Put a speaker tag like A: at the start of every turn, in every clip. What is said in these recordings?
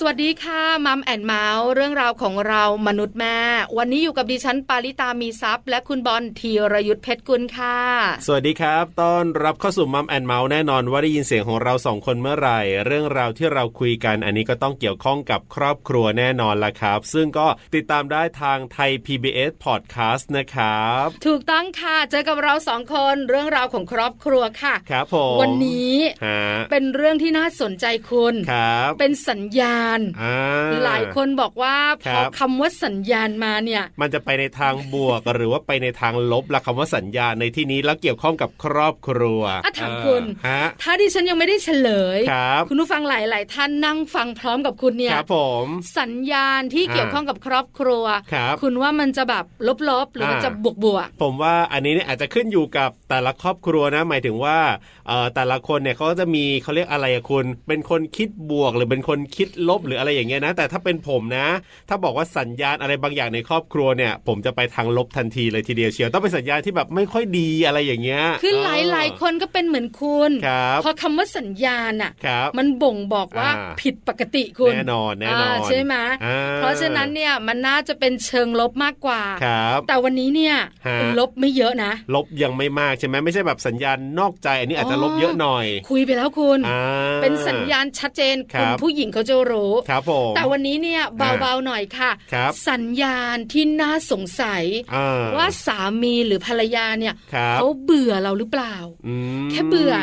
A: สวัสดีค่ะมัมแอนเมาส์เรื่องราวของเรามนุษย์แม่ วันนี้อยู่กับดิฉันปาริตามีซัพย์ และคุณบอลธีรยุทธเพชรกุลค่ะ
B: สวัสดีครับ ต้อนรับเข้าสู่มัมแอนเมาส์แน่นอนว่าได้ยินเสียงของเราสองคนเมื่อไหร่ เรื่องราวที่เราคุยกัน อันนี้ก็ต้องเกี่ยวข้องกับครอบครัวแน่นอนละครับ ซึ่งก็ติดตามได้ทางไทย PBS Podcast นะครับ
A: ถูกต้องค่ะ เจอกับเราสองคนเรื่องราวของครอบครัวค่ะ
B: ครับผม
A: วันนี้
B: ฮะ
A: เป็นเรื่องที่น่าสนใจคุณ
B: ครับ
A: เป็นสัญญาณ
B: อ่า
A: หลายคนบอกว่าพ
B: ครั
A: อบ คำว่าสัญญาณมาเนี่ย
B: มันจะไปในทางบวก หรือว่าไปในทางลบละคำว่าสัญญาในที่นี้แล้วเกี่ยวข้องกับครอบครัว
A: อ่ะถาม
B: เออ
A: คุณ
B: ฮะ
A: ถ้าดิฉันยังไม่ได้เฉลย
B: ครับ
A: คุณผู้ฟังหลาย ๆ ท่านนั่งฟังพร้อมกับคุณเนี่
B: ค
A: ย
B: รับผม
A: สัญญาณที่
B: อ่า
A: เกี่ยวข้องกับครอบครัว
B: ครับ
A: ณว่ามันจะแบบลบๆ หรือมัน
B: อ่า
A: จะบวกบวก
B: ผมว่าอันนี้เนี่ยอาจจะขึ้นอยู่กับแต่ละครอบครัวนะ หมายถึงว่าเอ่อแต่ละคนเนี่ยเขาก็จะมีเขาเรียกอะไรอะคุณ เป็นคนคิดบวกหรือเป็นคนคิดลบหรืออะไรอย่างเงี้ยนะ แต่ถ้าเป็นผมนะ ถ้าบอกว่าสัญญาณอะไรบางอย่างในครอบครัวเนี่ย ผมจะไปทางลบทันทีเลยทีเดียวเชียวต้องเป็นสัญญาณที่แบบไม่ค่อยดีอะไรอย่างเงี้ย
A: ๆคือหลาย ๆ คนก็เป็นเหมือนคุณ
B: ครับ
A: พอคำว่าสัญญาณอ่ะ
B: ครับ
A: มันบ่งบอกว่า
B: อ่า
A: ผิดปกติคุณ
B: แน่นอนแน่นอนา
A: ใช่ไหม
B: อ่
A: เพราะฉะนั้นเนี่ยมันน่าจะเป็นเชิงลบมากกว่า
B: ครับ
A: แต่วันนี้เนี่ย
B: ฮะ
A: ลบไม่เยอะนะ
B: ลบยังไม่มากใช่ไหมไม่ใช่แบบสัญญาณนอกใจ อันนี้อาจจะลบเยอะหน่อย
A: คุยไปแล้วคุณ
B: อ่า
A: เป็นสัญญาณชัดเจน
B: ครับ
A: ณผู้หญิงเขาจะรู้
B: ครับผม
A: แต่วันนี้เนี่ย
B: อ่า
A: เบาๆหน่อยค่ะ
B: ครับ
A: สัญญาณที่น่าสงสัย
B: อ่
A: ว่าสามีหรือภรรยาเนี่ย
B: ครับ
A: เขาเบื่อเราหรือเปล่า
B: อืม
A: แค่เบื่อ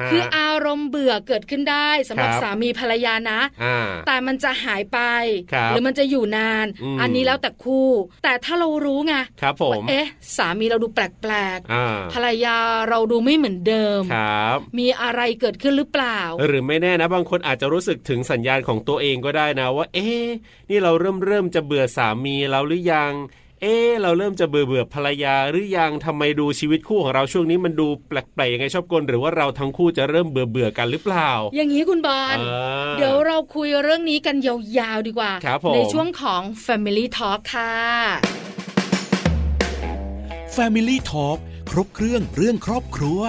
B: ฮะ
A: คืออารมณ์เบื่อเกิดขึ้นได้สำหรับ
B: ครับ
A: สามีภรรยานะ
B: อ่า
A: แต่มันจะหายไป
B: ครับ
A: หรือมันจะอยู่นาน
B: อืม
A: อันนี้แล้วแต่คู่ แต่ถ้าเรารู้ไง
B: ครับผ
A: ว่าม เอ๊ะ สามีเราดูแปลก
B: อ่า
A: ๆภรรยาเราดูไม่เหมือนเดิม
B: ครับ
A: มีอะไรเกิดขึ้นหรือเปล่า
B: หรือไม่แน่นะ บางคนอาจจะรู้สึกถึงสัญญาณของตัวเองก็ได้นะ ว่า เอ๊ะนี่เราเริ่มเริ่มจะเบื่อสามีเราหรือยัง เอ๊ะเราเริ่มจะเบื่อเบื่อภรรยาหรือยังทำไมดูชีวิตคู่ของเราช่วงนี้มันดูแปลกๆยังไงชอบกลหรือว่าเราทั้งคู่จะเริ่มเบื่อเบื่อกันหรือเปล่า
A: อย่างนี้คุณบอล
B: อ่า
A: เดี๋ยวเราคุยเรื่องนี้กันยาวๆดีกว่า
B: ครับผม
A: ในช่วงของ Family Talk ค่ะ
C: Family Talk ครบเครื่องเรื่องครอบครัว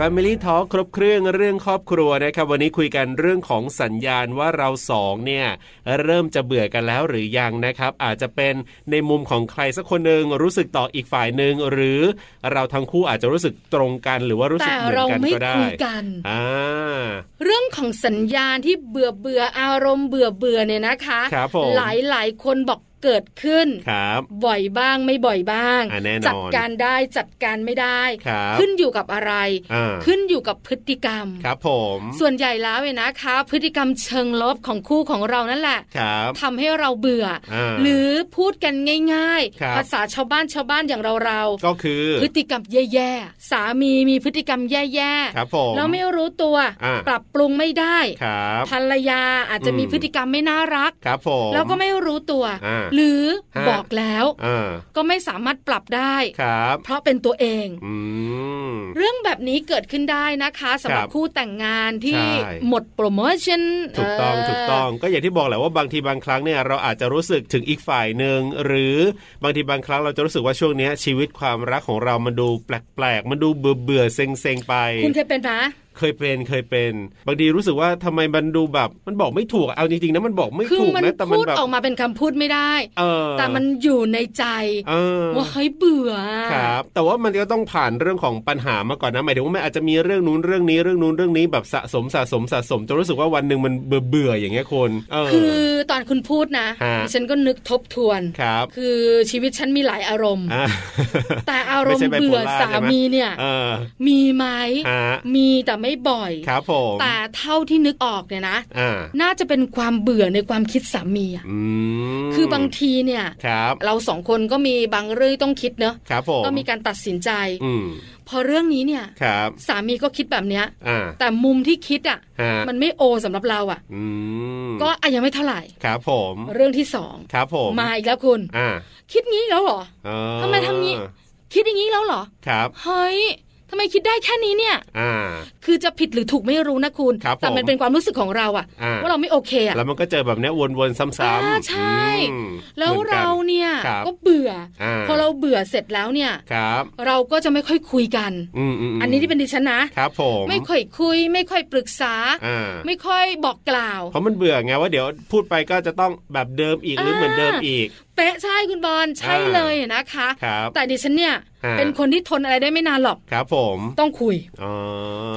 B: Family Talk ครบเครื่องเรื่องครอบครัวนะครับวันนี้คุยกันเรื่องของสัญญาณว่าเราสองเนี่ยเริ่มจะเบื่อกันแล้วหรือยังนะครับ อาจจะเป็นในมุมของใครสักคนหนึ่งรู้สึกต่ออีกฝ่ายหนึ่งหรือเราทั้งคู่อาจจะรู้สึกตรงกันหรือว่ารู้สึ
A: แต่
B: กเหมือน
A: เรา
B: กัน
A: ไม่
B: ก็ได้
A: คุยกัน
B: อ่า
A: เรื่องของสัญญาณที่เบื่อเบื่ออารมณ์เบื่อเบื่อเนี่ยนะคะ
B: ครับผม
A: หลายหลายๆคนบอกเกิดขึ้น
B: ครับ
A: บ่อยบ้างไม่บ่อยบ้าง
B: อ่ะแน่นอน
A: จัดการได้จัดการไม่ได้
B: ครับ
A: ขึ้นอยู่กับอะไร
B: อ่า
A: ขึ้นอยู่กับพฤติกรรม
B: ครับผม
A: ส่วนใหญ่แล้วเนี่ยนะคะ พฤติกรรมเชิงลบของคู่ของเรานั่นแหละ
B: ครับ
A: ทำให้เราเบื่ออา หรือพูดกันง่าย
B: ครับ
A: ภาษาชาวบ้านชาวบ้านอย่างเราเรา
B: ก็คือ
A: พฤติกรรมแย่ๆสามีมีพฤติกรรมแย่
B: ครับผม
A: ๆแล้วไม่รู้ตัว
B: อ่า
A: ปรับปรุงไม่ได้
B: ครับ
A: ภรรยาอาจจะ
B: อืม
A: มีพฤติกรรมไม่น่ารัก
B: ครับผม
A: แล้วก็ไม่รู้ตัว
B: อ่า
A: หรือ
B: ฮะ
A: บอกแล้ว
B: อ่า
A: ก็ไม่สามารถปรับได้
B: ครับ
A: เพราะเป็นตัวเอง
B: อืม
A: เรื่องแบบนี้เกิดขึ้นได้นะคะสำหรับ
B: ครับ
A: คู่แต่งงานที่
B: ใช่
A: หมดโปรโมชั่น
B: ถูกต้องถูกต้องก็อย่างที่บอกแหละว่าบางทีบางครั้งเนี่ยเราอาจจะรู้สึกถึงอีกฝ่ายหนึ่งหรือบางทีบางครั้งเราจะรู้สึกว่าช่วงเนี้ยชีวิตความรักของเรามันดูแปลกๆ มันดูเบื่อเบื่อๆเซ็งเซงๆไป
A: คุณเคยเป็นปะ
B: เคยเป็นเคยเป็น บางทีรู้สึกว่าทำไมมันดูแบบ มันบอกไม่ถูกเอาจริงๆนะมันบอกไม่
A: คือ
B: ถูก
A: มัน
B: นะแต่มัน
A: พูด
B: แบบ
A: ออกมาเป็นคำพูดไม่ได้
B: เออ
A: แต่มันอยู่ในใจ
B: เออ
A: ว่าเฮ้ยเบื่ออะ
B: ครับแต่ว่ามันก็ต้องผ่านเรื่องของปัญหามาก่อนนะหมายถึงว่ามันอาจจะมีเรื่องนู้นเรื่องนี้เรื่องนู้นเรื่องนี้แบบสะสมสะสมสะสมจนรู้สึกว่าวันหนึ่งมันเบื่อเบื่อๆอย่างเงี้ยคนเออ
A: คือตอนคุณพูดนะ
B: ฮะ
A: ดิฉันก็นึกทบทวน
B: ครับ
A: คือชีวิตฉันมีหลายอารมณ์
B: อ่ะ
A: แต่อารม
B: ไม่ใช่
A: ณ์
B: ไบโพล่า
A: เบื่อสา
B: ใช่ไหม
A: มีเนี่ย
B: เออ
A: มีไหม
B: ฮะ
A: มีแต่ไม่บ่อย
B: ครับผม
A: แต่เท่าที่นึกออกเนี่ยนะ
B: อ่า
A: น่าจะเป็นความเบื่อในความคิดสามีอะ
B: อืม
A: คือบางทีเนี่ย
B: ครับ
A: เราสองคนก็มีบางเรื่องต้องคิดเนอะ
B: ครับผม
A: ก็มีการตัดสินใจ
B: อืม
A: พอเรื่องนี้เนี่ย
B: ครับ
A: สามีก็คิดแบบเนี้ย
B: อ่า
A: แต่มุมที่คิดอ่ะ
B: ฮะ
A: มันไม่โอสำหรับเราอ่ะ
B: อืม
A: ก็อะยังไม่เท่าไหร่
B: ครับผม
A: เรื่องที่สอง
B: ครับผม
A: มาอีกแล้วคุณ
B: อ่า
A: คิดงี้อีกแล้วเหรอ
B: เออ
A: ทำไมทำงี้ คิดอย่างนี้แล้วเหรอ
B: ครับ
A: เฮ้ยทำไมคิดได้แค่นี้เนี่ย
B: อ่า
A: คือจะผิดหรือถูกไม่รู้นะคุณ
B: ครับผม
A: แต่มันเป็นความรู้สึกของเราอะ
B: อ่า
A: ว่าเราไม่โอเคอะ
B: แล้วมันก็เจอแบบเนี้ยวนๆซ้ำ
A: อ่า
B: ๆ
A: ใช่
B: อืม
A: แล้ว
B: หมือนกัน
A: เราเนี่ย
B: ครับ
A: ก็เบื่ออา พอเราเบื่อเสร็จแล้วเนี่ย
B: ครับ
A: เราก็จะไม่ค่อยคุยกัน
B: อืมอืมม
A: อันนี้ที่เป็นดิฉันนะ
B: ครับผม
A: ไม่ค่อยคุย ไม่ค่อยปรึกษา
B: อ่า
A: ไม่ค่อยบอกกล่าว
B: เพราะมันเบื่อไงว่าเดี๋ยวพูดไปก็จะต้องแบบเดิมอีกหรืออา เหมือนเดิมอีก
A: เป๊ะใช่คุณบอลใช่
B: อ่า
A: เลยนะคะ
B: ครับ
A: แต่ดิฉันเนี่ย
B: อ่า
A: เป็นคนที่ทนอะไรได้ไม่นานหรอก
B: ครับผม
A: ต้องคุย
B: อ๋อ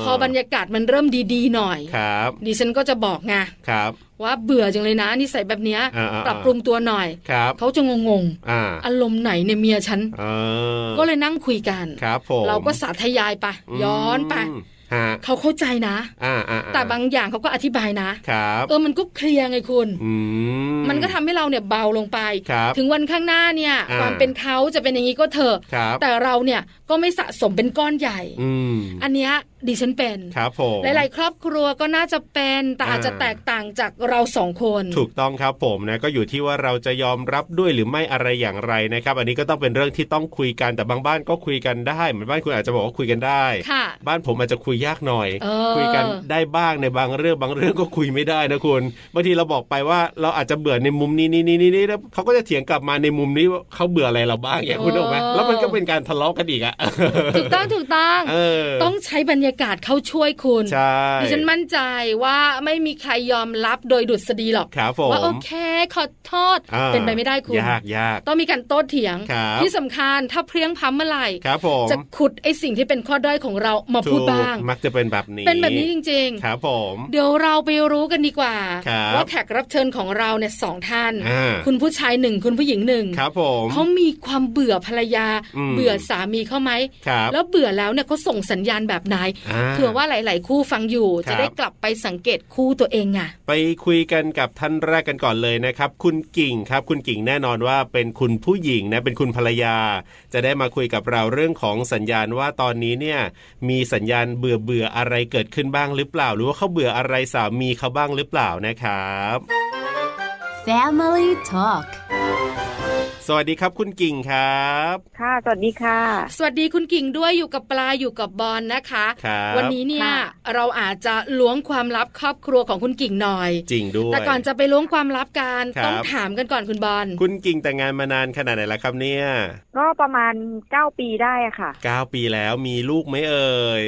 A: พอบรรยากาศมันเริ่มดีๆหน่อย
B: ครับ
A: ดิฉันก็จะบอกไง
B: ครับ
A: ว่าเบื่อจังเลยนะนิสัยแบบเนี้ย
B: อ่าๆๆ
A: ปรับปรุงตัวหน่อย
B: ครับ
A: เขาจะงง
B: อ่า
A: ๆ อารมณ์ไหนเนี่ยเมียฉัน
B: เออ
A: ก็เลยนั่งคุยกัน
B: ครับผม
A: เราก็สาธยายไป
B: ม
A: ย้อนไป
B: ฮะ
A: เขาเข้าใจนะ
B: อ่าอ่าอ่
A: แต่บางอย่างเขาก็อธิบายนะครับ เออมันก็เคลียร์ไงคุณ
B: อืม
A: มันก็ทำให้เราเนี่ยเบาลงไป
B: ครับ
A: ถึงวันข้างหน้าเนี่ย
B: อ่า
A: ความเป็นเขาจะเป็นอย่างนี้ก็เถอะ
B: ครับ
A: แต่เราเนี่ยก็ไม่สะสมเป็นก้อนใหญ่
B: อืม
A: อันเนี้ยดิฉันเป็น
B: ครับผม
A: หลาย ๆ ครอบครัวก็น่าจะเป็นแต่อาจจะแตกต่างจากเราสองคน
B: ถูกต้องครับผมนะก็อยู่ที่ว่าเราจะยอมรับด้วยหรือไม่อะไรอย่างไรนะครับ อันนี้ก็ต้องเป็นเรื่องที่ต้องคุยกันแต่บางบ้านก็คุยกันได้เหมือนบ้านคุณอาจจะบอกว่าคุยกันได้
A: ค่ะ
B: บ้านผมอาจจะคุยยากหน่อย
A: เออ
B: คุยกันได้บ้างในบางเรื่องบางเรื่องก็คุยไม่ได้นะคุณบางทีเราบอกไปว่าเราอาจจะเบื่อในมุมนี้นี่นี่นี่นี่แล้วเขาก็จะเถียงกลับมาในมุมนี้ว่าเขาเบื่ออะไรเราบ้างอย่างคุณถูกไหมแล้วมันก็เป็นการทะเลาะกันอีก อะ
A: ถูกต้องถูกต้อง
B: เออ
A: ต้องใช้บรรยากาศเข้าช่วยคุณ
B: ใช่
A: ดิฉันมั่นใจว่าไม่มีใครยอมรับโดยดุษฎีหรอก
B: ครับผม
A: ว่าโอเคขอโทษ
B: อ่า
A: เป็นไปไม่ได้คุณ
B: ยากยาก
A: ต้องมีการโต้เถียง
B: ครับ
A: ที่สำคัญถ้าเพลียงพล้ำเมื่อไหร่
B: ครับผม
A: จะขุดไอ้สิ่งที่เป็นข้อด้อยของเรามาพูดบ้าง
B: ถูกมักจะเป็นแบบนี้
A: เป็นแบบนี้จริง
B: ครับผม
A: ๆ เดี๋ยวเราไปรู้กันดีกว่า
B: ครับ
A: ว่าแขกรับเชิญของเราเนี่ยสองท่าน
B: อ่า
A: คุณผู้ชายหนึ่งคุณผู้หญิงหนึ่ง
B: ครับผม
A: เขามีความเบื่อภรรยา
B: อืม
A: เบื่อสามีเขาไหม
B: ครับ
A: แล้วเบื่อแล้วเนี่ยเขาส่งสัญญาณแบบไหน
B: อ่า
A: เผื่อว่าหลาย ๆ คู่ฟังอยู่
B: ครับ
A: จะได้กลับไปสังเกตคู่ตัวเองอะ
B: ไปคุยกันกับท่านแรกกันก่อนเลยนะครับ คุณกิ่งครับ คุณกิ่งแน่นอนว่าเป็นคุณผู้หญิงนะเป็นคุณภรรยา จะได้มาคุยกับเราเรื่องของสัญญาณว่าตอนนี้เนี่ย มีสัญญาณเบื่อเบื่อๆอะไรเกิดขึ้นบ้างหรือเปล่า หรือว่าเขาเบื่ออะไรสามีเขาบ้างหรือเปล่านะครับ
D: Family Talk
B: สวัสดีครับคุณกิ่งครับ
E: ค่ะ สวัสดีค่ะ
A: สวัสดีคุณกิ่งด้วยอยู่กับปลาอยู่กับบอลนะคะ
B: ครับ
A: วันนี้เนี่ย
E: ค่ะ
A: เราอาจจะล้วงความลับครอบครัวของคุณกิ่งหน่อย
B: จริงด้วย
A: แต่ก่อนจะไปล้วงความลับกัน
B: ครับ
A: ต้องถามกันก่อนคุณบอล
B: คุณกิ่งแต่งงานมานานขนาดไหนแล้วครับเนี่ย
E: ก็ประมาณเก้าปีได้อะค่ะ
B: เก้าปีแล้วมีลูกไหมเอ่ย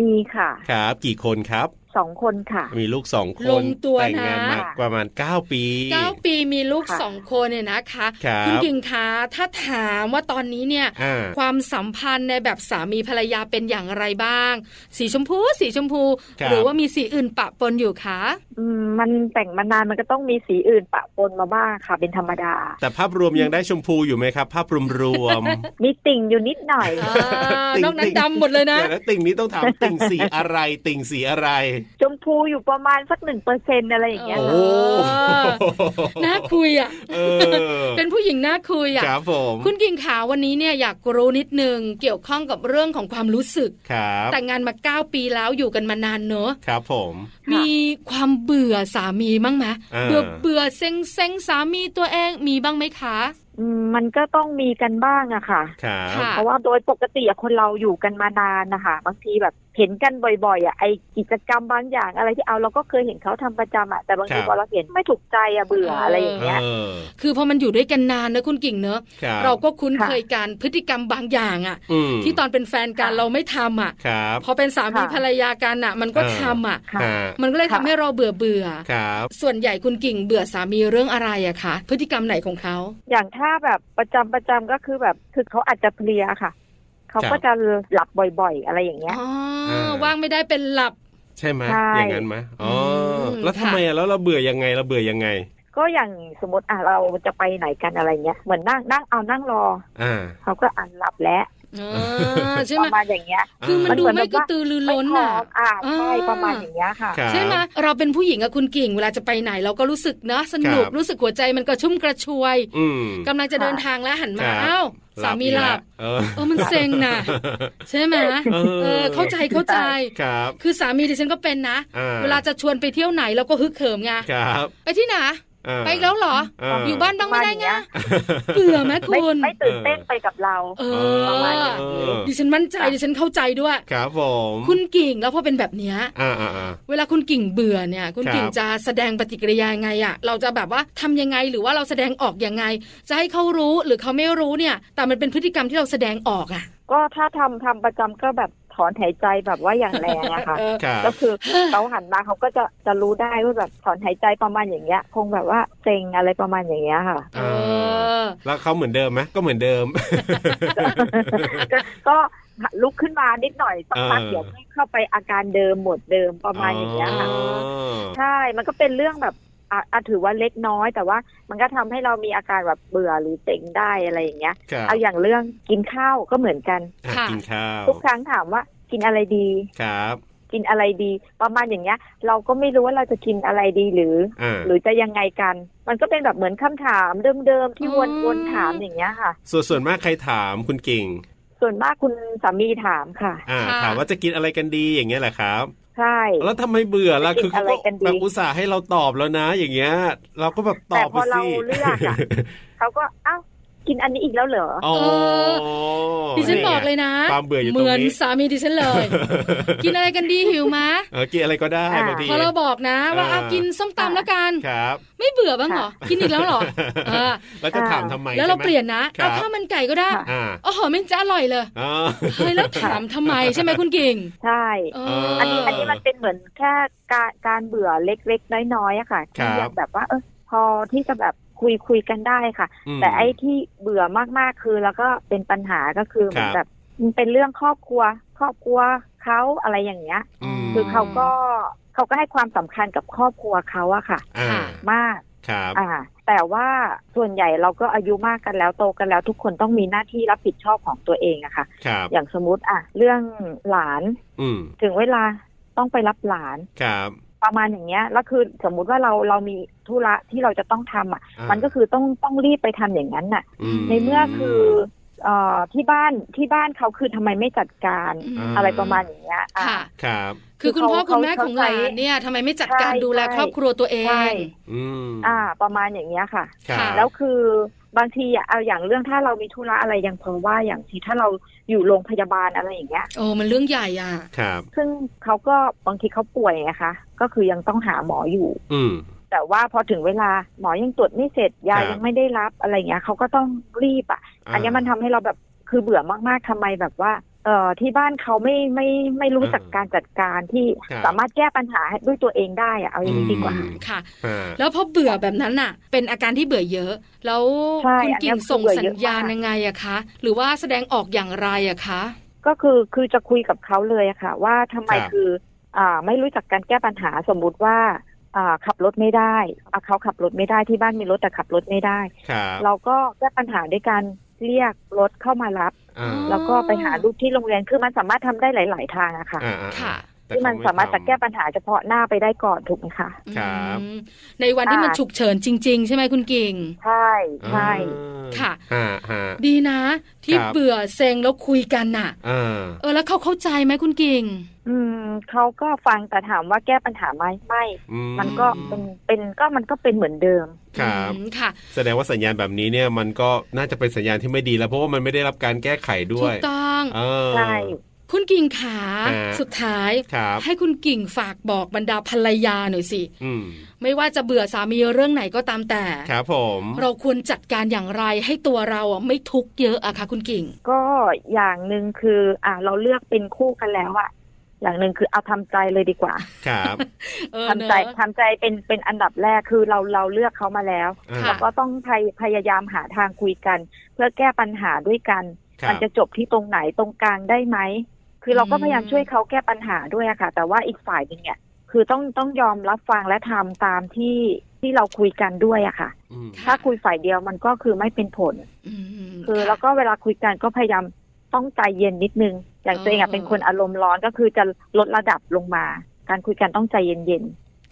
E: มีค่ะ
B: ครับ กี่คนครับ
E: สองคนค่ะ
B: มีลูกสองค
A: ล
B: น
A: งตัว
B: แต่ง
A: นะ
B: งานมาประมาณ 9 ปี
A: เก้าปีมีลูก
E: ค่ะ
A: สองคนเนี่ยนะคะ
B: ครับ
A: ณกิ่งคะถ้าถามว่าตอนนี้เนี่ย
B: อ่า
A: ความสัมพันธ์ในแบบสามีภรรยาเป็นอย่างไรบ้าง สีชมพู สีชมพู
B: คบ
A: หรือว่ามีสีอื่นปะปนอยู่คะ
E: อืมมันแต่งมานานมันก็ต้องมีสีอื่นปะปนมาบ้างค่ะ เป็นธรรมดา
B: แต่ภาพรวมยังได้ชมพูอยู่ไหมครับ ภาพรวมรวม
E: มีติ่งอยู่นิดหน่อย
A: อ่า
B: ติ่ง
A: นอกนั้
B: ติ่
A: น
B: ง
A: ดำหมดเลยนะ
B: เดี๋ยวนะติ่งนี้ต้องถามติ่งสีอะไร ติ่งสีอะไร
E: ชมพูอยู่ประมาณสักหนึ่งเปอร์เซ็นอะไรอย่างเงี้ย
B: โอ้
A: เ
E: ค่ะ
A: น่าคุยอ่ะ
B: เออ
A: เป็นผู้หญิงน่าคุยอ่ะ
B: ครับผม
A: คุณกิ่งขาววันนี้เนี่ยอยากรู้นิดนึงเกี่ยวข้องกับเรื่องของความรู้สึก
B: ครับ
A: แต่งงานมาเก้าปีแล้วอยู่กันมานานเนอะ
B: ครับผม
A: มีความเบื่อสามีบ้างไหม
B: อ่า
A: เบื่อเบื่อเซ็งเซ็งสามีตัวเองมีบ้างไหมคะ
E: อืมมันก็ต้องมีกันบ้างอะค่ะ
B: ครับ
A: ค่ะ
E: เพราะว่าโดยปกติอะคนเราอยู่กันมานานนะคะบางทีแบบเห็นกันบ่อยๆอะไอกิจกรรมบางอย่างอะไรที่เอาเราก็เคยเห็นเขาทำประจำอะแต่บางที
B: ครับ
E: พอเราเห็นไม่ถูกใจอะเบื่ออะไรอย่าง
B: เอ
E: เงี้ย
B: อ
A: คือพอมันอยู่ด้วยกันนานนะคุณกิ่งเนอะ
B: ครับ
A: เราก็คุ้น
E: ค่ะ
A: เคยกันพฤติกรรมบางอย่างอะ
B: อืม
A: ที่ตอนเป็นแฟนกัน
E: ค่ะ
A: เราไม่ทำอะ
B: ครับ
A: พอเป็นสามี
E: ค่ะ
A: ภรรยากันอะมันก็
B: เออ
A: ทำอะ
E: ค่ะ
B: อ่า
A: มันก็เลยทำ
E: ค่ะ
A: ให้เราเบื่อเบื่อ
B: ครับ
A: ส่วนใหญ่คุณกิ่งเบื่อสามีเรื่องอะไรอะคะพฤติกรรมไหนของเขา
E: อย่างถ้าแบบประจำประจำก็คือแบบคือเขาอาจจะเพลียค่ะ เขา
B: ครับ
E: ก็จะหลับบ่อยๆ อะไรอย่างเงี้ย
A: อ๋อ
B: เออ
A: ว่างไม่ได้เป็นหลับ
B: ใช่ไหม
E: ใช่
B: อย่างนั้นไหมอ๋ออ
A: ม
B: แล้วทำ
A: ค่ะ
B: ไมอะแล้วเราเบื่อยังไงเราเบื่อยังไง
E: ก็อย่างสมมติอ่ะเราจะไปไหนกันอะไรเงี้ยเหมือนนั่งนั่งเอานั่งรอ
B: อ่า
E: เขาก็อ่านหลับแล้ว
A: เออใช่ไห
E: ป
A: ม
E: ระมาณอย่างเงี้ย
A: คือมัน
E: มัน
A: ดู
E: เหมือน
A: ไม่
E: แบบ
A: กระ
E: ว่า
A: ตือรือ
E: ไม่
A: ร้น
E: พร้
A: อะ
E: อมอ่าใช่
A: อ่า
E: ประมาณอย่างเงี้ยค่ะ
B: ครับ
A: ใช่ไหมเราเป็นผู้หญิงอะคุณกิ่ง เวลาจะไปไหนเราก็รู้สึกนะสนุก
B: ครับ
A: รู้สึกหัวใจมันกระชุ่มกระชวย
B: อืม
A: กำลังจะ
E: ค่ะ
A: เดินทางแล้วหันมา
B: ครับ
A: เอ้าสามีหลับ
B: เออ
A: เออมันเซ็ง นะใช่ไหม
B: เออ
A: เออเข้าใจเข้าใจ
B: ครับ
A: คือสามีดิฉันก็เป็นนะ
B: อ่
A: เวลาจะชวนไปเที่ยวไหนเราก็ฮึกเหิมไง
B: ครับ
A: ไปที่ไหน
B: อ่า
A: ไปอีกแล้วเหรอ
B: เอออ
A: อยู่บ้านบ้างไม่ได้ไง
E: ประมาณเนี้ย
A: เบื่อไหม
E: ไม่
A: คุณ
E: ไม่ตื่นเต้นไปกับเรา
A: เอ
E: ประมาณ
A: อ
E: เนี้ย
B: เออ
A: ดิฉันมั่นใจดิฉันเข้าใจด้วย
B: ครับผม
A: คุณกิ่งแล้วพอเป็นแบบเนี้ย
B: อ่าอ่าอ่า
A: เวลาคุณกิ่งเบื่อเนี่ย คุณ
B: ครับ
A: กิ่งจะแสดงปฏิกิริยายังไงอะเราจะแบบว่าทำยังไงหรือว่าเราแสดงออกยังไง จะให้เขารู้หรือเขาไม่รู้เนี่ย แต่มันเป็นพฤติกรรมที่เราแสดงออกอะ
E: ก็ถ้าทำทำประจำก็แบบถอนหายใจแบบว่าอย่างแรงอะค่ะ
A: เออ
B: ครับ
E: ก็คือเขาหันมาเขาก็จะจะรู้ได้ว่าแบบถอนหายใจประมาณอย่างเงี้ย คงแบบว่าเซ็งอะไรประมาณอย่างเงี้ยค่ะ
A: เออ
B: แล้วเขาเหมือนเดิมไหมก็เหมือนเดิม
E: ก็ก็ลุกขึ้นมานิดหน่อยสักพัก
B: เออ
E: เดี๋ยวก็เข้าไปอาการเดิมหมดเดิมประมาณอย่างเงี้ยค่ะ
B: อ๋อ
E: ใช่มันก็เป็นเรื่องแบบอ่ะอ่ะถือว่าเล็กน้อย แต่ว่ามันก็ทำให้เรามีอาการแบบเบื่อหรือเซ็งได้อะไรอย่างเงี้ย
B: ครับ
E: เอาอย่างเรื่องกินข้าวก็เหมือนกัน
B: อ่ะ
A: ค่ะ
B: กินข้าว
E: ทุกครั้งถามว่ากินอะไรดี
B: ครับ
E: กินอะไรดี ประมาณอย่างเงี้ย เราก็ไม่รู้ว่าเราจะกินอะไรดีหรือ
B: อ่า
E: หรือจะยังไงกัน มันก็เป็นแบบเหมือนคำถามเดิมๆที่
A: อื
E: ว
A: ม
E: นๆถามอย่างเงี้ยค่ะ
B: ส่วนส่วนมากใครถามคุณกิ่ง
E: ส่วนมากคุณสามีถามค่ะ
B: อ่า
A: ค่ะ
B: ถามว่าจะกินอะไรกันดีอย่างเงี้ยแหละครับ
E: ใช่
B: แล้วทำไมเบื่อล่ะ
E: จะ
B: คื
E: กิน
B: อเขาก็
E: อะไรกันดี
B: แบบอุตส่าห์ให้เราตอบแล้วนะ อย่างเงี้ย เราก็แบบตอบไปสิ
E: แต่พอเราเลือกอะ เขาก็เอ้ากินอันนี้อีกแล้วเหรอ
B: อ๋อ
A: ดิฉันบอก เลยนะ
B: ความเบื่ออยู่ตรงนี้
A: เหมือนสามีดิฉันเลย กินอะไรกันดีหิวมะ
B: เออกินอะไรก็ได้
E: อ่า
B: บางที
A: พอเราบอกนะ ว่า
B: เออ
A: เอากินส้มตำแล้วกัน
B: ครับ
A: ไม่เบื่อบ้างเหรอ กินอีก แล้วเหรอเออ
B: แล้วจะถามทำไม
A: แล้วเรา
B: ใช่ไหม
A: เปลี่ยนนะ
B: ครั
A: เอา
B: บ
A: ข้าวมันไก่ก็ได้
B: อ่า
A: โอ้โหมันจะอร่อยเลย
B: อ๋อ
A: เฮ้ยแล้วถามทำไมใช่ไหมคุณกิ่ง
E: ใช่
A: เอ
B: เ
A: อ
E: อั
A: อั
E: นนี้อันนี้มันเป็นเหมือนแค่การการเบื่อเล็กๆน้อยๆอะค่ะที่
B: ครับ
E: ยังแบบว่าเออพอที่จะแบบคุยคุยกันได้ค่ะ
B: ม
E: แต่ไอ้ที่เบื่อมากๆคือแล้วก็เป็นปัญหาก็คือเหมือ
B: ค
E: น
B: รับ
E: แบบมันเป็นเรื่องครอบครัว ครอบครัวเขาอะไรอย่างเงี้ย
B: อืม
E: คือเขาก็เขาก็ให้ความสำคัญกับครอบครัวเขาอะค่ะ
B: อ่า
E: มาก
B: ครับ
E: อ่า แต่ว่าส่วนใหญ่เราก็อายุมากกันแล้วโตกันแล้ว ทุกคนต้องมีหน้าที่รับผิดชอบของตัวเองอะค่ะ
B: ครับ
E: อย่างสมมติอะเรื่องหลาน
B: อืม
E: ถึงเวลาต้องไปรับหลาน
B: ครับ
E: ประมาณอย่างเงี้ยแล้วคือสมมุติว่าเราเรามีธุระที่เราจะต้องทำอ่ะ
B: อ่ามั
E: มันก็คือต้องต้องรีบไปทำอย่างนั้นน่ะ
B: อื
E: ในเมื่อคือเอ่อที่บ้านที่บ้านเขาคือทำไมไม่จัดการ
B: า
E: อะไรประมาณอย่างเงี้ยอ่ะ
A: ค่ะ
B: ครับ
A: คือคุณพ่อ
E: คือเขา
A: คุณแม่
E: เขา
A: ของหลานเนี่ยทำไมไม่จัดการ
E: ใช่
A: ดูแลครอบครัวตัวเอ
E: ใช่
A: ง
B: อืม
E: อ่า ประมาณอย่างเงี้ยค่ะ
B: ครับ
E: แล้วคือบางทีอ่ะเอาอย่างเรื่องถ้าเรามีธุระอะไรยังพอว่าอย่างทีถ้าเราอยู่โรงพยาบาลอะไรอย่างเงี้ย
A: โอ้มันเรื่องใหญ่อ่ะ
B: ครับ
E: ซึ่งเขาก็บางทีเขาป่วยไงคะก็คือยังต้องหาหมออยู่
B: อืม
E: แต่ว่าพอถึงเวลาหมอยังตรวจไม่เสร็จยา
B: ครับ
E: ยังไม่ได้รับอะไรอย่างเงี้ยเขาก็ต้องรีบอ่ะ อันเนี้ยมันทำให้เราแบบคือเบื่อมาก ๆทำไมแบบว่า เอ่อที่บ้านเขาไม่ไม่ไม่รู้จักการจัดการที่
B: ครับ
E: สามารถแก้ปัญหาให้ด้วยตัวเองได้อะเอาอย่างนี้ดีกว่า
B: อืม
A: ค่ะ
B: อ่า
A: แล้วพอเบื่อแบบนั้นน่ะ เป็นอาการที่เบื่อเยอะ แล้ว
E: ใช่
A: คุณ
E: อันเนี้
A: กิ่
E: ย
A: งส่งสัญญาณ
E: เบื่อเยอะมาก
A: ยังไงอะคะ หรือว่าแสดงออกอย่างไรอะคะ
E: ก็คือคือจะคุยกับเขาเลยอะค่ะ ว่าทำไม
B: ครับ
E: คืออ่าไม่รู้จักการแก้ปัญหาสมมุติว่าอ่าขับรถไม่ได้อ่ะเขาขับรถไม่ได้ที่บ้านมีรถแต่ขับรถไม่ได้
B: ครับ
E: เราก็แก้ปัญหาด้วยการเรียกรถเข้ามารับ
B: อ่า
E: แล้วก็ไปหาลูกที่โรงเรียนคือมันสามารถทำได้หลาย ๆ ทางอะค่ะ
B: อ่าอ่า
A: ค่ะ
B: แต่
E: ที่มัน
B: เขไ
E: สามารถจะแก้ปัญหาเฉพาะหน้าไปได้ก่อนถูกไหมคะ
B: ครับ
A: อืมในวันที่มันฉุกเฉินจริง ๆ ใช่ไหมคุณกิ่ง
E: ใช่
B: อ่า
E: ใช่
A: ค่ะ
B: อ่าฮะ
A: ดีนะ ที่
B: ครับ
A: เบื่อเซ็งแล้วคุยกันน่ะ
B: อ่า
A: เออแล้วเขาเข้าใจไหมคุณกิ่ง
E: อืมเขาก็ฟังแต่ถามว่าแก้ปัญหาไหมไม่
B: อื
E: มันก็เป็นเป็นก็มันก็เป็นเหมือนเดิม
B: ครับ
A: อืมค่ะ
B: แสดงว่าสัญญาณแบบนี้เนี่ยมันก็น่าจะเป็นสัญญาณที่ไม่ดีแล้วเพราะว่ามันไม่ได้รับการแก้ไขด้
A: ถู
B: วย
A: กต้อง
B: เออ
E: ใช่
A: คุณกิ่งขา
B: ฮะ
A: สุดท้าย
B: ครับ
A: ให้คุณกิ่งฝากบอกบรรดาภรรยาหน่อยสิ
B: อืม
A: ไม่ว่าจะเบื่อสามีเรื่องไหนก็ตามแต่
B: ครับผม
A: เราควรจัดการอย่างไรให้ตัวเราอ่ะไม่ทุกข์เยอะอะค่ะคุณกิ่ง
E: ก็อย่างหนึ่งคือ อ่าเราเลือกเป็นคู่กันแล้วอะอย่างหนึ่งคือเอาทำใจเลยดีกว่า
B: ครับ
A: เออ
E: ทำใจ
A: เนอะ
E: ทำใจเป็นเป็นอันดับแรกคือเราเราเลือกเขามาแล้ว
B: อ่า
A: ค่ะ
E: แล้วก็ต้องพยพยายามหาทางคุยกัน เพื่อแก้ปัญหาด้วยกัน
B: ครั
E: มั
B: บ
E: จะจบที่ตรงไหนตรงกลางได้ไหม คือเราก็
A: อืม
E: พยายามช่วยเขาแก้ปัญหาด้วยอะค่ะ แต่ว่าอีกฝ่ายหนึ่งเนี่ย คือต้องต้องยอมรับฟังและทำตามที่ที่เราคุยกันด้วยอะค่ะ
B: อืม
E: ถ้าคุยฝ่ายเดียวมันก็คือไม่เป็นผล
A: อืม
E: คือ
A: ค่ะ
E: แล้วก็เวลาคุยกันก็พยายามต้องใจเย็นนิดนึง อย่างตัวเอง
A: อ๋
E: อะ
A: อ
E: เป็นคนอารมณ์ร้อนก็คือจะลดระดับลงมา การคุยกันต้องใจเย็น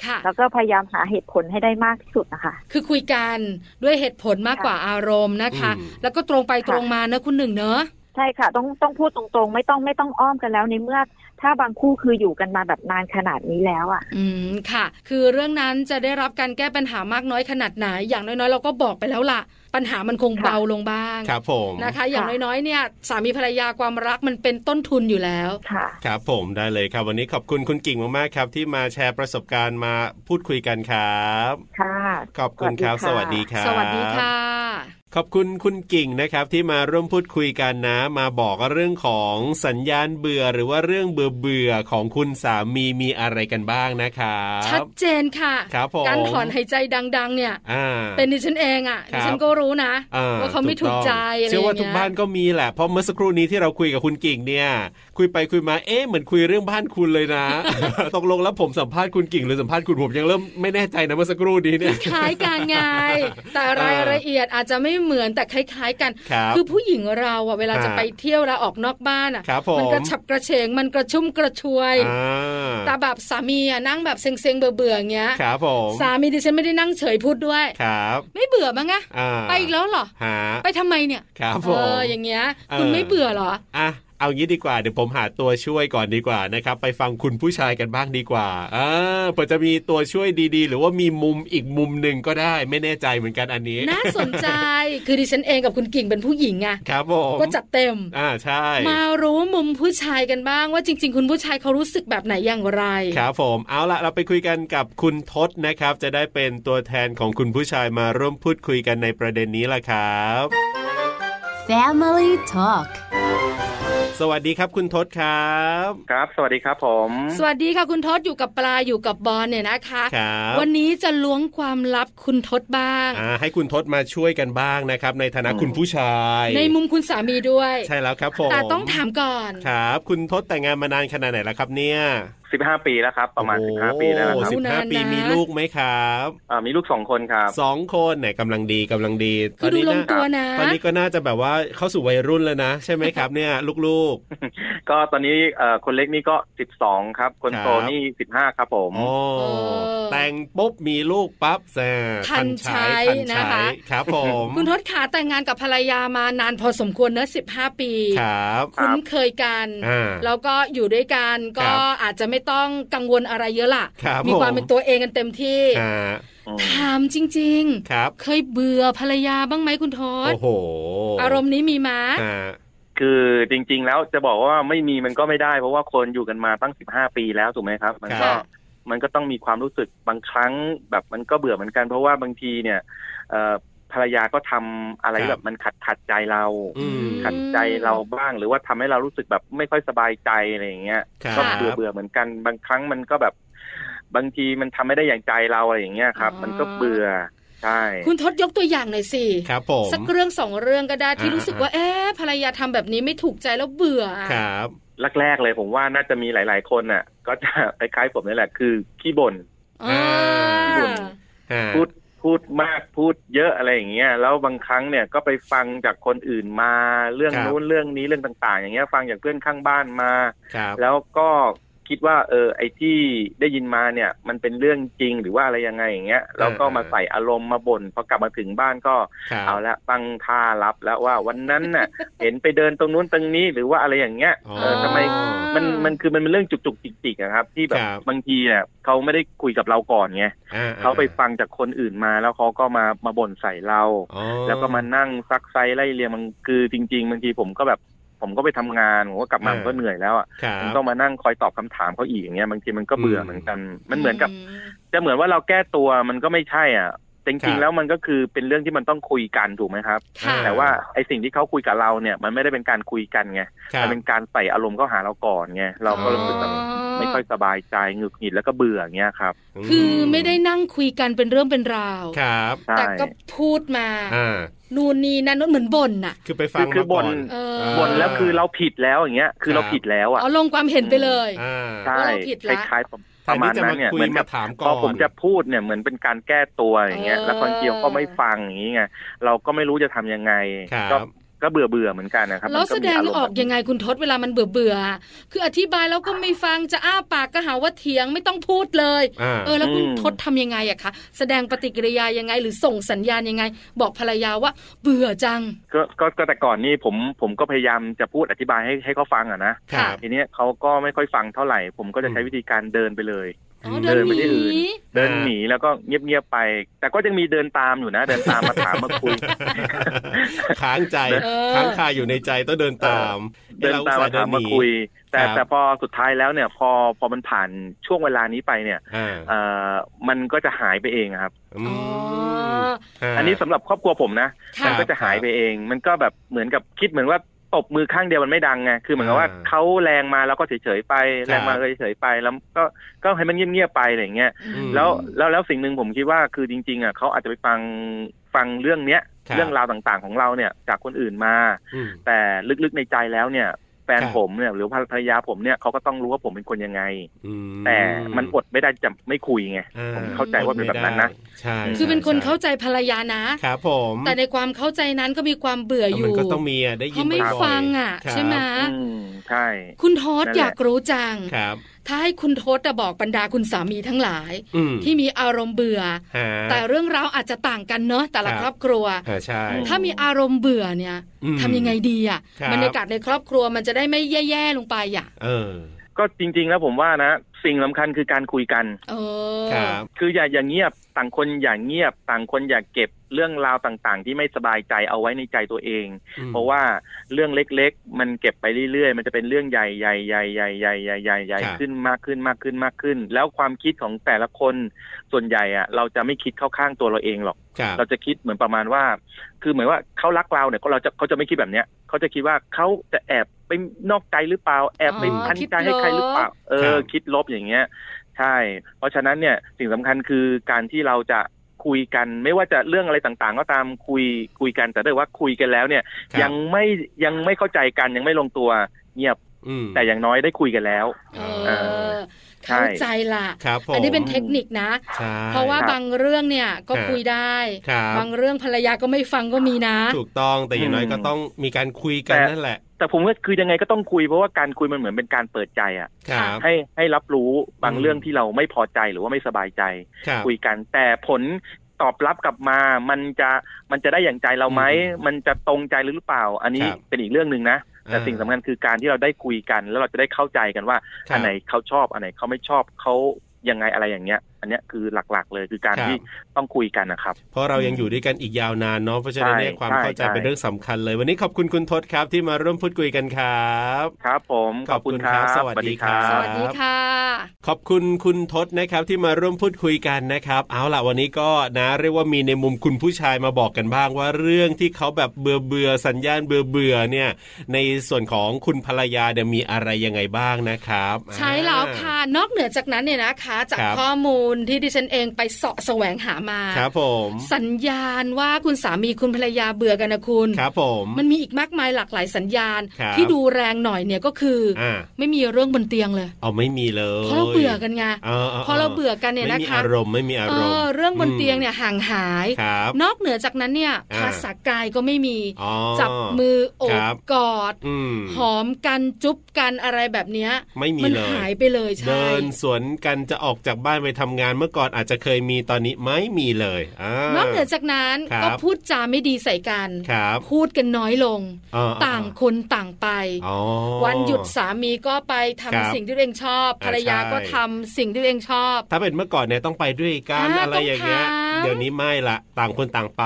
A: ค่ะ
E: ๆ แล้วก็พยายามหาเหตุผลให้ได้มากที่สุดนะคะ
A: คือคุยกันด้วยเหตุผลมากกว่าอารมณ์นะคะ
B: อืม
A: แล้วก็ตรงไป
E: ค่ะ
A: ตรงมานะคุณหนึ่งเนอะ
E: ใช่ค่ะ ต้องต้องพูดตรงๆ ไม่ต้องไม่ต้องอ้อมกันแล้วในเมื่อ ถ้าบางคู่คืออยู่กันมาแบบนานขนาดนี้แล้วอ่ะ
A: อืมค่ะ คือเรื่องนั้นจะได้รับการแก้ปัญหามากน้อยขนาดไหน อย่างน้อยๆ เราก็บอกไปแล้วล่ะ ปัญหามันคง
E: ค่ะ
A: เบาลงบ้าง
B: ครับผม
A: นะคะ อย่าง
E: ค่ะ
A: น้อยๆ เนี่ย สามีภรรยาความรักมันเป็นต้นทุนอยู่แล้ว
E: ค่ะ
B: ครับผมได้เลยครับ วันนี้ขอบคุณคุณกิ่งมากๆครับ ที่มาแชร์ประสบการณ์มาพูดคุยกันครับ
E: ค่ะ
B: ขอบคุณครับ สวัส
E: ะ
B: ดีครับ
A: สวัสดีค่ะ
B: ขอบคุณคุณกิ่งนะครับที่มาร่วมพูดคุยกันนะ มาบอกเรื่องของสัญญาณเบื่อหรือว่าเรื่องเบื่อเบื่อๆของคุณสามีมีอะไรกันบ้างนะครับ
A: ชัดเจนค่ะ
B: ครับผม
A: การถอนหายใจดัง ๆ เนี่ย
B: อ่า
A: เป็นดิฉันเองอ่ะ
B: ครับ
A: ดิฉันก็รู้นะ
B: อ่
A: ว่าเขาไม่ถูก
B: ต้อง
A: ใจอะไรอ
B: เชื่อย่างว่าทุก
A: เงี้ย
B: บ้านก็มีแหละเพราะเมื่อสักครู่นี้ที่เราคุยกับคุณกิ่งเนี่ย คุยไปคุยมาเอ๊ะเหมือนคุยเรื่องบ้านคุณเลยนะ ตกลงแล้วผมสัมภาษณ์คุณกิ่งหรือสัมภาษณ์คุณผมยังเริ่มไม่แน่ใจนะเมื่อสักครู่นี้เนี่ย
A: คล้ายกัน ไงแต่รายละเอียดอาจจะไม่เหมือนแต่คล้าย ๆ กัน
B: ครับ
A: คือผู้หญิงเราอ่ะเวลาจะ
B: อ่า
A: ไปเที่ยวแล้วออกนอกบ้านอ่ะ
B: ครับผม
A: มันกระฉับกระเฉงมันกระชุ่มกระชวย
B: อ่า
A: แต่แบบสามีอ่ะนั่งแบบเซ็งๆเบื่อๆอย่างเงี้ย
B: ครับผม
A: สามีดิฉันไม่ได้นั่งเฉยพูดด้วย
B: ครับ
A: ไม่เบื่อมั้งอะ
B: อ่า
A: ไปอีกแล้วเหรอ
B: หา
A: ไปทำไมเนี่ย
B: ครับผ
A: เอ
B: ม
A: ออย่างเงี้ย
B: เออ
A: คุณไม่เบื่อเหรอ
B: อ่ะเอางี้ดีกว่าเดี๋ยวผมหาตัวช่วยก่อนดีกว่านะครับ ไปฟังคุณผู้ชายกันบ้างดีกว่าอ่าเผื่อจะมีตัวช่วยดีๆ หรือว่ามีมุมอีกมุมหนึ่งก็ได้ ไม่แน่ใจเหมือนกันอันนี้
A: น่าสนใจ คือดิฉันเองกับคุณกิ่งเป็นผู้หญิงไง
B: ครับผม
A: ก็จัดเต็ม
B: อ่าใช่
A: มารู้มุมผู้ชายกันบ้างว่าจริง ๆ คุณผู้ชายเขารู้สึกแบบไหนอย่างไร
B: ครับผมเอาละเราไปคุยกันกับคุณทศนะครับ จะได้เป็นตัวแทนของคุณผู้ชายมาร่วมพูดคุยกันในประเด็นนี้ล่ะครับ
D: Family Talk
B: สวัสดีครับคุณทศครับ
F: ครับ สวัสดีครับผม
A: สวัสดีค่ะคุณทศอยู่กับปลาอยู่กับบอลเนี่ยนะคะ
B: ครับ
A: วันนี้จะล้วงความลับคุณทศบ้าง
B: อ่าให้คุณทศมาช่วยกันบ้างนะครับ ในฐานะคุณผู้ชาย
A: ในมุมคุณสามีด้วย
B: ใช่แล้วครับผม
A: แต่ต้องถามก่อน
B: ครับ คุณทศแต่งงานมานานขนาดไหนแล้วครับเนี่ย
F: 15 ปีแล้วครับ ประมาณ
B: โอ้โ
F: 15 ปีแล้วนะครั
B: สิ
F: บบ
B: ห้า
A: โอ้นานนะ
B: ปีมีลูกไหมครับ
F: อ่ามีลูกสองคนครับ
B: สองคนเนี่ยกำลังดีกำลังดี
A: คือดูลง
B: น่า
A: ตัวนะ
B: ตอนนี้ก็น่าจะแบบว่าเข้าสู่วัยรุ่นแล้วนะ ใช่ไหมครับเนี่ยลูกๆ
F: ก็ตอนนี้เอ่อคนเล็กนี่ก็ 12 ครับ คน
B: ค
F: โต
B: รับ
F: นี่ 15 ครับผม
B: โอ้
A: เออ
B: แต่งปุ๊บมีลูกปั๊บแซ่
A: ทันใช้
B: ทัน
A: นะ
B: ใช้
A: คะ
B: ครับผม
A: คุณทศขาแต่งงานกับภรรยามานานพอสมควรเนอะสิบห้าปี
B: ครับ
A: คุ้นเคยกัน
B: อ่า
A: แล้วก็อยู่ด้วยกันก็
B: ครับ
A: อาจจะไม่ต้องกังวลอะไรเยอะล่ะ
B: ครับ
A: มีความ
B: ผม
A: เป็นตัวเองกันเต็มที่
B: อ่า
A: ถามจริง
B: ครับ
A: ๆ เคยเบื่อภรรยาบ้างไหมคุณทศ
B: โอ้โห
A: อารมณ์นี้มีไหมา
B: อ่า
F: คือจริง ๆ แล้วจะบอกว่าไม่มีมันก็ไม่ได้ เพราะว่าคนอยู่กันมาตั้ง 15 ปีแล้วถูกไหมครับ มันก็ มันก็ต้องมีความรู้สึกบางครั้งแบบมันก็เบื่อเหมือนกัน เพราะว่าบางทีเนี่ยเอ่อภรรยาก็ทำอะไรแบบมันขัดขัดใจเรา
B: อืม
F: ขัดใจเราบ้างหรือว่าทำให้เรารู้สึกแบบไม่ค่อยสบายใจอะไรอย่างเงี้ย
B: ครับ
F: ก็เบื่อเบื่อเหมือนกันบางครั้งมันก็แบบ บางทีมันทำไม่ได้อย่างใจเราอะไรอย่างเงี้ยครับ มันก็เบื่อใช่
A: คุณทศยกตัวอย่างหน่อยสิ
B: ครับผม
A: สักเรื่องสองเรื่องก็ได้ที่
B: อ่า
A: รู้สึกว่าเอ๊ะภรรยาทำแบบนี้ไม่ถูกใจแล้วเบื่ออะ
B: ครับ
F: แรกๆเลยผมว่าน่าจะมีหลาย ๆ คนน่ะ ก็จะ คล้ายๆผมนี่แหละคือขี้บ่น
A: อ่า
B: บ่น อ่า
F: พูดพูดมากพูดเยอะอะไรอย่างเงี้ยแล้วบางครั้งเนี่ยก็ไปฟังจากคนอื่นมาเรื่องนู้นเรื่องนี้เรื่องต่าง ๆ อย่างเงี้ย ฟังจากเพื่อนข้างบ้านมา
B: ครับ
F: แล้วก็คิดว่าเออไอ้ที่ได้ยินมาเนี่ย มันเป็นเรื่องจริงหรือว่าอะไรยังไงอย่างเงี้ยแล้วก็มาใส่อารมณ์มาบ่นพอกลับมาถึงบ้านก็
B: ครับ
F: เอาละตั้งท่ารับแล้วว่าวันนั้น น่ะ เห็นไปเดินตรงนู้นตรงนี้หรือว่าอะไรอย่างเงี้ย
B: อ๋อ
F: เออทำไมมันมันคือมันเป็นเรื่องจุกจุกจิกจิกอะครับ ที่แบ
B: ครับ บ
F: บางทีเนี่ยเขาไม่ได้คุยกับเราก่อนไง
B: อ่
F: เขาไปฟังจากคนอื่นมาแล้วเขาก็มามาบ่นใส่เรา
B: อ๋อ
F: แล้วก็มานั่งซักไซไล่เรียงมันคือจริง ๆบางทีผมก็แบบผมก็ไปทำงานผมก็กลับมาผมก็เหนื่อยแล้วอะ
B: ครั
F: มัน
B: บ
F: ต้องมานั่งคอยตอบคำถามเขาอีกอย่างเงี้ยบางทีมันก็เบื่อ
B: อืม
F: เหมือนกัน มันเหมือนกับ
A: ม
F: จะเหมือนว่าเราแก้ตัวมันก็ไม่ใช่อ่ะ
B: ค
F: จ
B: รั
F: ริ
B: บ
F: งๆแล้วมันก็คือเป็นเรื่องที่มันต้องคุยกันถูกไหมครับ
A: ค่ะ
F: แต่ว่าไอสิ่งที่เขาคุยกับเราเนี่ย มันไม่ได้เป็นการคุยกันไง
B: ครับ
F: มันเป็นการใส่อารมณ์เข้าหาเราก่อนไงเราก็รู้สึกแบบ
A: อ๋อ
F: ไม่ค่อยสบายใจหงุดหงิดแล้วก็เบื่ออย่างเงี้ยครับ
A: คือไม่ได้นั่งคุยกันเป็นเรื่องเป็นราว
B: ครับ
F: ใช่
A: แต่ก็พูดมา
B: อ่า
A: นู่นนี่นั่นนู่นเหมือนบ่นน่ะ
B: คือไปฟั
F: คื
B: ง
F: อคือ
B: มา
F: บ่
B: ก่
F: น
B: อน
A: เออ
F: บ่นแล้วคือเราผิดแล้วอย่างเงี้ย คื
B: ค
F: อ
B: รั
F: เรา
B: บ
F: ผิดแล้วอ่ะ
A: เอาลงความเห็นไปเลย
B: อ่า
F: ใช่
A: เราผิด
F: ค
A: ละ
F: ล้ายๆ
B: แท
F: ประ
B: นที่
F: มาณ
B: จะ
F: นั้
B: มาน
F: เนี่ย
B: คุย
F: เหมือนกับ
B: มาถามก่อน
F: พอผมจะพูดเนี่ยเหมือนเป็นการแก้ตัวอย่างเงี้ย
A: เออ
F: แล้วคนเกียวก็ไม่ฟังอย่างงี้ไงเราก็ไม่รู้จะทำยังไง
B: ครั
F: ก็
B: บ
F: ก็เบื่อเบื่อๆเหมือนกันนะครับ
A: แล้ว
F: มัน
A: แสด
F: มี
A: ง
F: อารมณ์
A: ออกยังไงคุณทศเวลามันเบื่อเบื่อๆคืออธิบายแล้วก็ไม่ฟังจะอ้าปากก็หาว่าเถียงไม่ต้องพูดเลย
B: อ่า
A: เออแล้วคุณทศทำยังไงอะคะแสดงปฏิกิริยายังไง หรือส่งสัญญาณยังไง บอกภรรยาว่า เบื่อจัง
F: ก็ก็ก็แต่ก่อนนี่ผมผมก็พยายามจะพูดอธิบายให้ให้เขาฟังอะนะ
B: ครั
A: ค่ะ
B: บ
F: ทีเนี้ยเขาก็ไม่ค่อยฟังเท่าไหร่ ผมก็จะใช้
B: อืม
F: วิธีการเดินไปเลย
A: อ๋อเดินห
F: เดินไปที่
A: นี
F: อื่น เดินหนีแล้วก็เงียบๆไป แต่ก็ยังมีเดินตามอยู่นะ เดินตามมาถามมาคุย
B: ค้างใจ
A: เออ
B: ค้างคาอยู่ในใจต้องเดินตาม
F: เดินตาม
B: อ้ยรอุส่
F: มา
B: ห์
F: ถาม
B: ห
F: มา
B: นี
F: คุย แต่
B: ครับ
F: แต่พอสุดท้ายแล้วเนี่ย พอพอมันผ่านช่วงเวลานี้ไปเนี่ย
B: อ่า
F: เอ่อมันก็จะหายไปเองอะครับ
B: อื
A: อ๋อ
B: ม
F: อันนี้สำหรับครอบครัวผมนะ
A: ค่ะ
F: มันก็จะหายไปเอง มันก็แบบเหมือนกับคิดเหมือนว่าตบมือข้างเดียวมันไม่ดังไง คือเหมือนกับว่า
B: อ่า
F: เขาแรงมาแล้วก็เฉยๆไป
B: ครับ
F: แรงมาเลยเฉยๆไป แล้วก็ก็ให้มันเงียบๆไปอะไรอย่างเงี้ย
B: อืม
F: แล้วแล้วแล้วสิ่งหนึ่งผมคิดว่าคือจริงๆอ่ะเขาอาจจะไปฟังฟังเรื่องเนี้ย
B: ครับ
F: เรื่องราวต่างๆของเราเนี่ยจากคนอื่นมา
B: อืม
F: แต่ลึกๆในใจแล้วเนี่ยแฟน
B: ครับ
F: ผมเนี่ยหรือภรรยาผมเนี่ยเขาก็ต้องรู้ว่าผมเป็นคนยังไง
B: อืม
F: แต่มันอดไม่ได้จะไม่คุยไง
B: อ่
F: ผมเข้าใจว่าเป็นแบบนั้นนะ
B: ใช่
A: คือเป็นคน
B: ใช่
A: เข้าใจภรรยานะ
B: ครับผม
A: แต่ในความเข้าใจนั้นก็มีความเบื่ออ
B: มั
A: ยู่
B: นก็ต้องมีอะได้ยิน
A: เขาไม่
B: บ่ยๆ
A: ฟังอ่ะ
B: ครับ
A: ใช่ไหม
F: อืมใช่
A: คุณทศ
F: นั่นแหละ
A: อยากรู้จัง
B: ครับ
A: ถ้าให้คุณทศอะบอกบรรดาคุณสามีทั้งหลาย
B: อืม
A: ที่มีอารมณ์เบื่อ
B: ฮะ
A: แต่เรื่องราวอาจจะต่างกันเนอะแต่ละ
B: ค
A: ค
B: รับ
A: รอบครัว
B: อ่าใช่
A: ถ้ามีอารมณ์เบื่อเนี่ย
B: อืม
A: ทำยังไงดีอ่ะ
B: ครับ
A: บรรยากาศในครอบครัวมันจะได้ไม่แย่ๆลงไปอ่ะ
B: เออ
F: ก็จริง ๆ แล้วผมว่านะสิ่งสำคัญคือการคุยกัน
A: เออ
B: ครับ
F: คืออย่าอย่างเงียบต่างคนอย่างเงียบ ต่างคนอย่าเก็บเรื่องราวต่างๆ ที่ไม่สบายใจเอาไว้ในใจตัวเอง เพราะว่าเรื่องเล็กๆ มันเก็บไปเรื่อยๆ มันจะเป็นเรื่องใหญ่ใหญ่ใหญ่ใหญ่ใหญ่ใหญ่ใหญ่ใหญ่
B: ครับ
F: ขึ้นมากขึ้นมากขึ้นมากขึ้น แล้วความคิดของแต่ละคนส่วนใหญ่อะเราจะไม่คิดเข้าข้างตัวเราเองหรอก
B: ครับ
F: เราจะคิดเหมือนประมาณว่า คือเหมือนว่าเขารักเราเนี่ยก็เราจะเขาจะไม่คิดแบบเนี้ยเขาจะคิดว่าเขาจะแอบไปนอกใจหรือเปล่า แอบไปพันใจให้ใครหรือเปล่า เออ คิดลบอย่างเงี้ย ใช่ เพราะฉะนั้นเนี่ยสิ่งสำคัญคือการที่เราจะคุยกัน ไม่ว่าจะเรื่องอะไรต่างๆ ก็ตามคุยคุยกันแต่ได้ว่าคุยกันแล้วเนี่ย
B: ครับ
F: ยังไม่ยังไม่เข้าใจกันยังไม่ลงตัวเงียบ
B: อืม
F: แต่อย่างน้อยได้คุยกันแล้ว
A: เอ
F: เอ
A: อ
F: อใช่
A: เข้าใจละ
B: ครับผม
A: อันนี้เป็นเทคนิคนะ
B: ใช่
A: เพราะว่าบางเรื่องเนี่ยก็
B: อ่า
A: คุยได้
B: ครับ
A: บางเรื่องภรรยาก็ไม่ฟังก็มีนะ
B: ถูกต้องแต่อย่างน้อยก็ต้องมีการคุยกัน
F: แต่
B: นั่นแหละ
F: แต่ผมก็คือยังไงก็ต้องคุยเพราะว่าการคุยมันเหมือนเป็นการเปิดใจอะ
B: ครับ
F: ให้ให้รับรู้บาง
B: อืม
F: เรื่องที่เราไม่พอใจหรือว่าไม่สบายใจ
B: ครับ
F: คุยกัน แต่ผลตอบรับกลับมา มันจะมันจะได้อย่างใจเราไหมมันจะตรงใจหรือเปล่า อันนี้เป็นอีกเรื่องหนึ่งนะแต่สิ่งสำคัญคือการที่เราได้คุยกัน แล้วเราจะได้เข้าใจกันว่า
B: ครับ
F: อันไหนเขาชอบอันไหนเขาไม่ชอบเขายังไงอะไรอย่างเงี้ย อันเนี้ยคือหลักๆ เลยคือการ
B: ครับ
F: ที่ต้องคุยกันนะครับ
B: เพราะเรายังอยู่ด้วยกันอีกยาวนานเนาะเพราะฉะนั้นเนี่ย
F: ใช่
B: ความเข้าใจ
F: ใช่
B: เป็นเรื่องสำคัญเลย วันนี้ขอบคุณคุณทศครับที่มาร่วมพูดคุยกันครับ
F: ครับ ผมขอบคุณครับ
B: ขอบคุณครับสวัสดีครับ
A: สวัสดีค่ะ
B: ขอบคุณคุณทศนะครับที่มาร่วมพูดคุยกันนะครับ เอาล่ะวันนี้ก็นะเรียกว่ามีในมุมคุณผู้ชายมาบอกกันบ้างว่าเรื่องที่เขาแบบเบื่อเบื่อๆสัญญาณเบื่อเบื่อๆเนี่ย ในส่วนของคุณภรรยาเนี่ยมีอะไรยังไงบ้างนะครับ
A: ใช้แล้วค่ะ นอกเหนือจากนั้นเนี่ยนะคะ จาก
B: ครับ
A: ข้อมูลที่ดิฉันเองไปเสาะแสวงหามา
B: ครับผม
A: สัญญาณว่าคุณสามีคุณภรรยาเบื่อกันนะคุณ
B: ครับผม
A: มันมีอีกมากมายหลากหลายสัญญาณ
B: ครับ
A: ที่ดูแรงหน่อยเนี่ยก็คืออา ไม่มีเรื่องบนเตียงเลย
B: เอาไม่มีเล
A: เพราะ
B: ย
A: เราเบื่อกันไงพอเราเบื่อกันเนี่ย
B: ไม่
A: นะ
B: มี
A: คะ
B: อารมณ์ไม่มีอา
A: เอ
B: รมณ์
A: อเรื่องบนเตียงเนี่ยห่างหาย
B: ครับ
A: นอกเหนือจากนั้นเนี่ย
B: อ่า
A: ภาษากายก็ไม่มี
B: อ๋อ
A: จับมือโอบ
B: ครับ
A: กอด
B: อืม
A: หอมกันจุ๊บกันอะไรแบบเนี้ย
B: ไม่มี
A: มั
B: เลย
A: หายไปเลยใช่
B: เดินสวนกันจะออกจากบ้านไปทำงานเมื่อก่อนอาจจะเคยมีตอนนี้ไม่มีเลยาน น
A: อกเหนือจากนั้น
B: ครับ
A: ก็พูดจาไม่ดีใส่กัน
B: ครับ
A: พูดกันน้อยลง
B: อ่า
A: ต่างคนต่างไป
B: อ๋อ
A: วันหยุดสามีก็ไปทำ
B: ครับ
A: สิ่งที่ตัวเองชอบ
B: อ่า
A: ภรรยา
B: ใช่
A: ก็ทำสิ่งที่ตัวเองชอบ
B: ถ้าเป็นเมื่อก่อนเนี่ยต้องไปด้วยกัน
A: อ่า
B: อะไรอย่างเงี้ย
A: ต้องถาม
B: เดี๋ยวนี้ไม่ละต่างคนต่างไป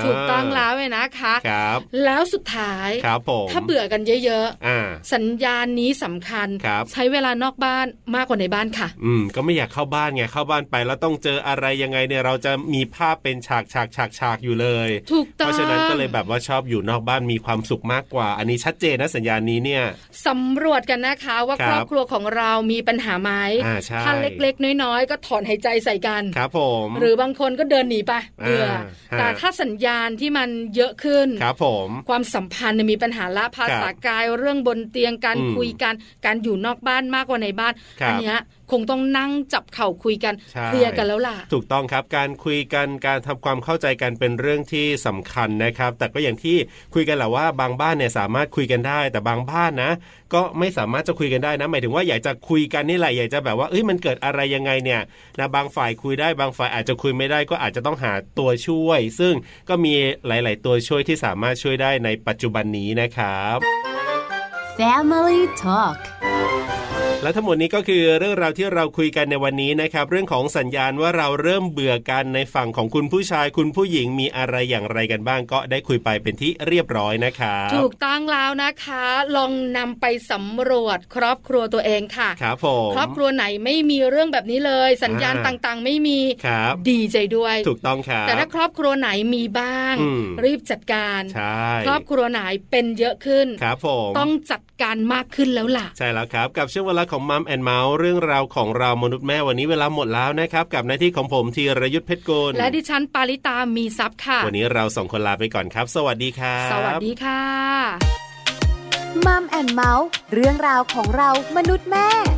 B: า
A: ถูกต้องแล้วเลยนะคะ
B: ครับ
A: แล้วสุดท้าย
B: ครับผม
A: ถ้าเบื่อกันเยอะ
B: อ่า
A: ๆ สัญญาณนี้สำคัญ
B: ครับ
A: ใช้เวลานอกบ้านมากกว่าในบ้านค่ะ
B: อืมก็ไม่อยากเข้าบ้านไงเข้าบ้านไปแล้วต้องเจออะไรยังไงเนี่ยเราจะมีภาพเป็นฉากฉากฉากฉากอยู่เลย
A: ถูกต้อง
B: เพราะฉะนั้นก็เลยแบบว่าชอบอยู่นอกบ้านมีความสุขมากกว่า อันนี้ชัดเจนนะสัญญาณนี้เนี่ย
A: สำรวจกันนะคะว่า
B: ครับ
A: ครอบครัวของเรามีปัญหาไหม
B: อ่าใช่
A: ถ้าเล็กๆ น้อยๆ ก็ถอนหายใจใส่กัน
B: ครับผม
A: หรือบางคนก็เดินหนีไปเบื่ออา
B: ฮะ
A: แต่ถ้าสัญญาณที่มันเยอะขึ้น
B: ครับผม
A: ความสัมพันธ์เนี่ยมีปัญหาละภาษากายเรื่องบนเตียงการ
B: อืม
A: คุยกันการอยู่นอกบ้านมากกว่าในบ้าน
B: ครับ
A: อัเนี้ย คงต้องนั่งจับเข่าคุยกัน
B: ใช่
A: เคลียร์กันแล้วล่ะ
B: ถูกต้องครับการคุยกันการทำความเข้าใจกันเป็นเรื่องที่สำคัญนะครับ แต่ก็อย่างที่คุยกันแหละว่าบางบ้านเนี่ยสามารถคุยกันได้ แต่บางบ้านนะ ก็ไม่สามารถจะคุยกันได้นะ หมายถึงว่าอยากจะคุยกันนี่แหละอยากจะแบบว่าเอ้ยมันเกิดอะไรยังไงเนี่ยนะบางฝ่ายคุยได้บางฝ่ายอาจจะคุยไม่ได้ก็อาจจะต้องหาตัวช่วย ซึ่งก็มีหลาย ๆ ตัวช่วยที่สามารถช่วยได้ในปัจจุบันนี้นะครับ
D: Family Talk
B: และทั้งหมดนี้ก็คือเรื่องราวที่เราคุยกันในวันนี้นะครับ เรื่องของสัญญาณว่าเราเริ่มเบื่อกันในฝั่งของคุณผู้ชายคุณผู้หญิงมีอะไรอย่างไรกันบ้างก็ได้คุยไปเป็นที่เรียบร้อยนะครับ
A: ถูกต้องแล้วนะคะ ลองนำไปสำรวจครอบครัวตัวเองค่ะ
B: ครับผม
A: ครอบครัวไหนไม่มีเรื่องแบบนี้เลย สัญญาณ
B: อ่า
A: ต่างๆ ไม่มี
B: ครับ
A: ดีใจด้วย
B: ถูกต้องครับ
A: แต่ถ้าครอบครัวไหนมีบ้าง
B: อืม
A: รีบจัดการ
B: ใช่
A: ครอบครัวไหนเป็นเยอะขึ้น
B: ครับผม
A: ต้องจัดการมากขึ้นแล้วล่ะ
B: ใช่แล้วครับ กับช่วงเวลาของมัมแอนเมาส์เรื่องราวของเรามนุษย์แม่วันนี้เวลาหมดแล้วนะครับ กับหน้าที่ของผมธีรยุทธเพชรกุล
A: และดิฉันปาริตามีซับค่ะ
B: วันนี้เราสองคนลาไปก่อนครับ สวัสดีครับ
A: สวัสดีค่ะ
D: มัมแอนเมาส์เรื่องราวของเรามนุษย์แม่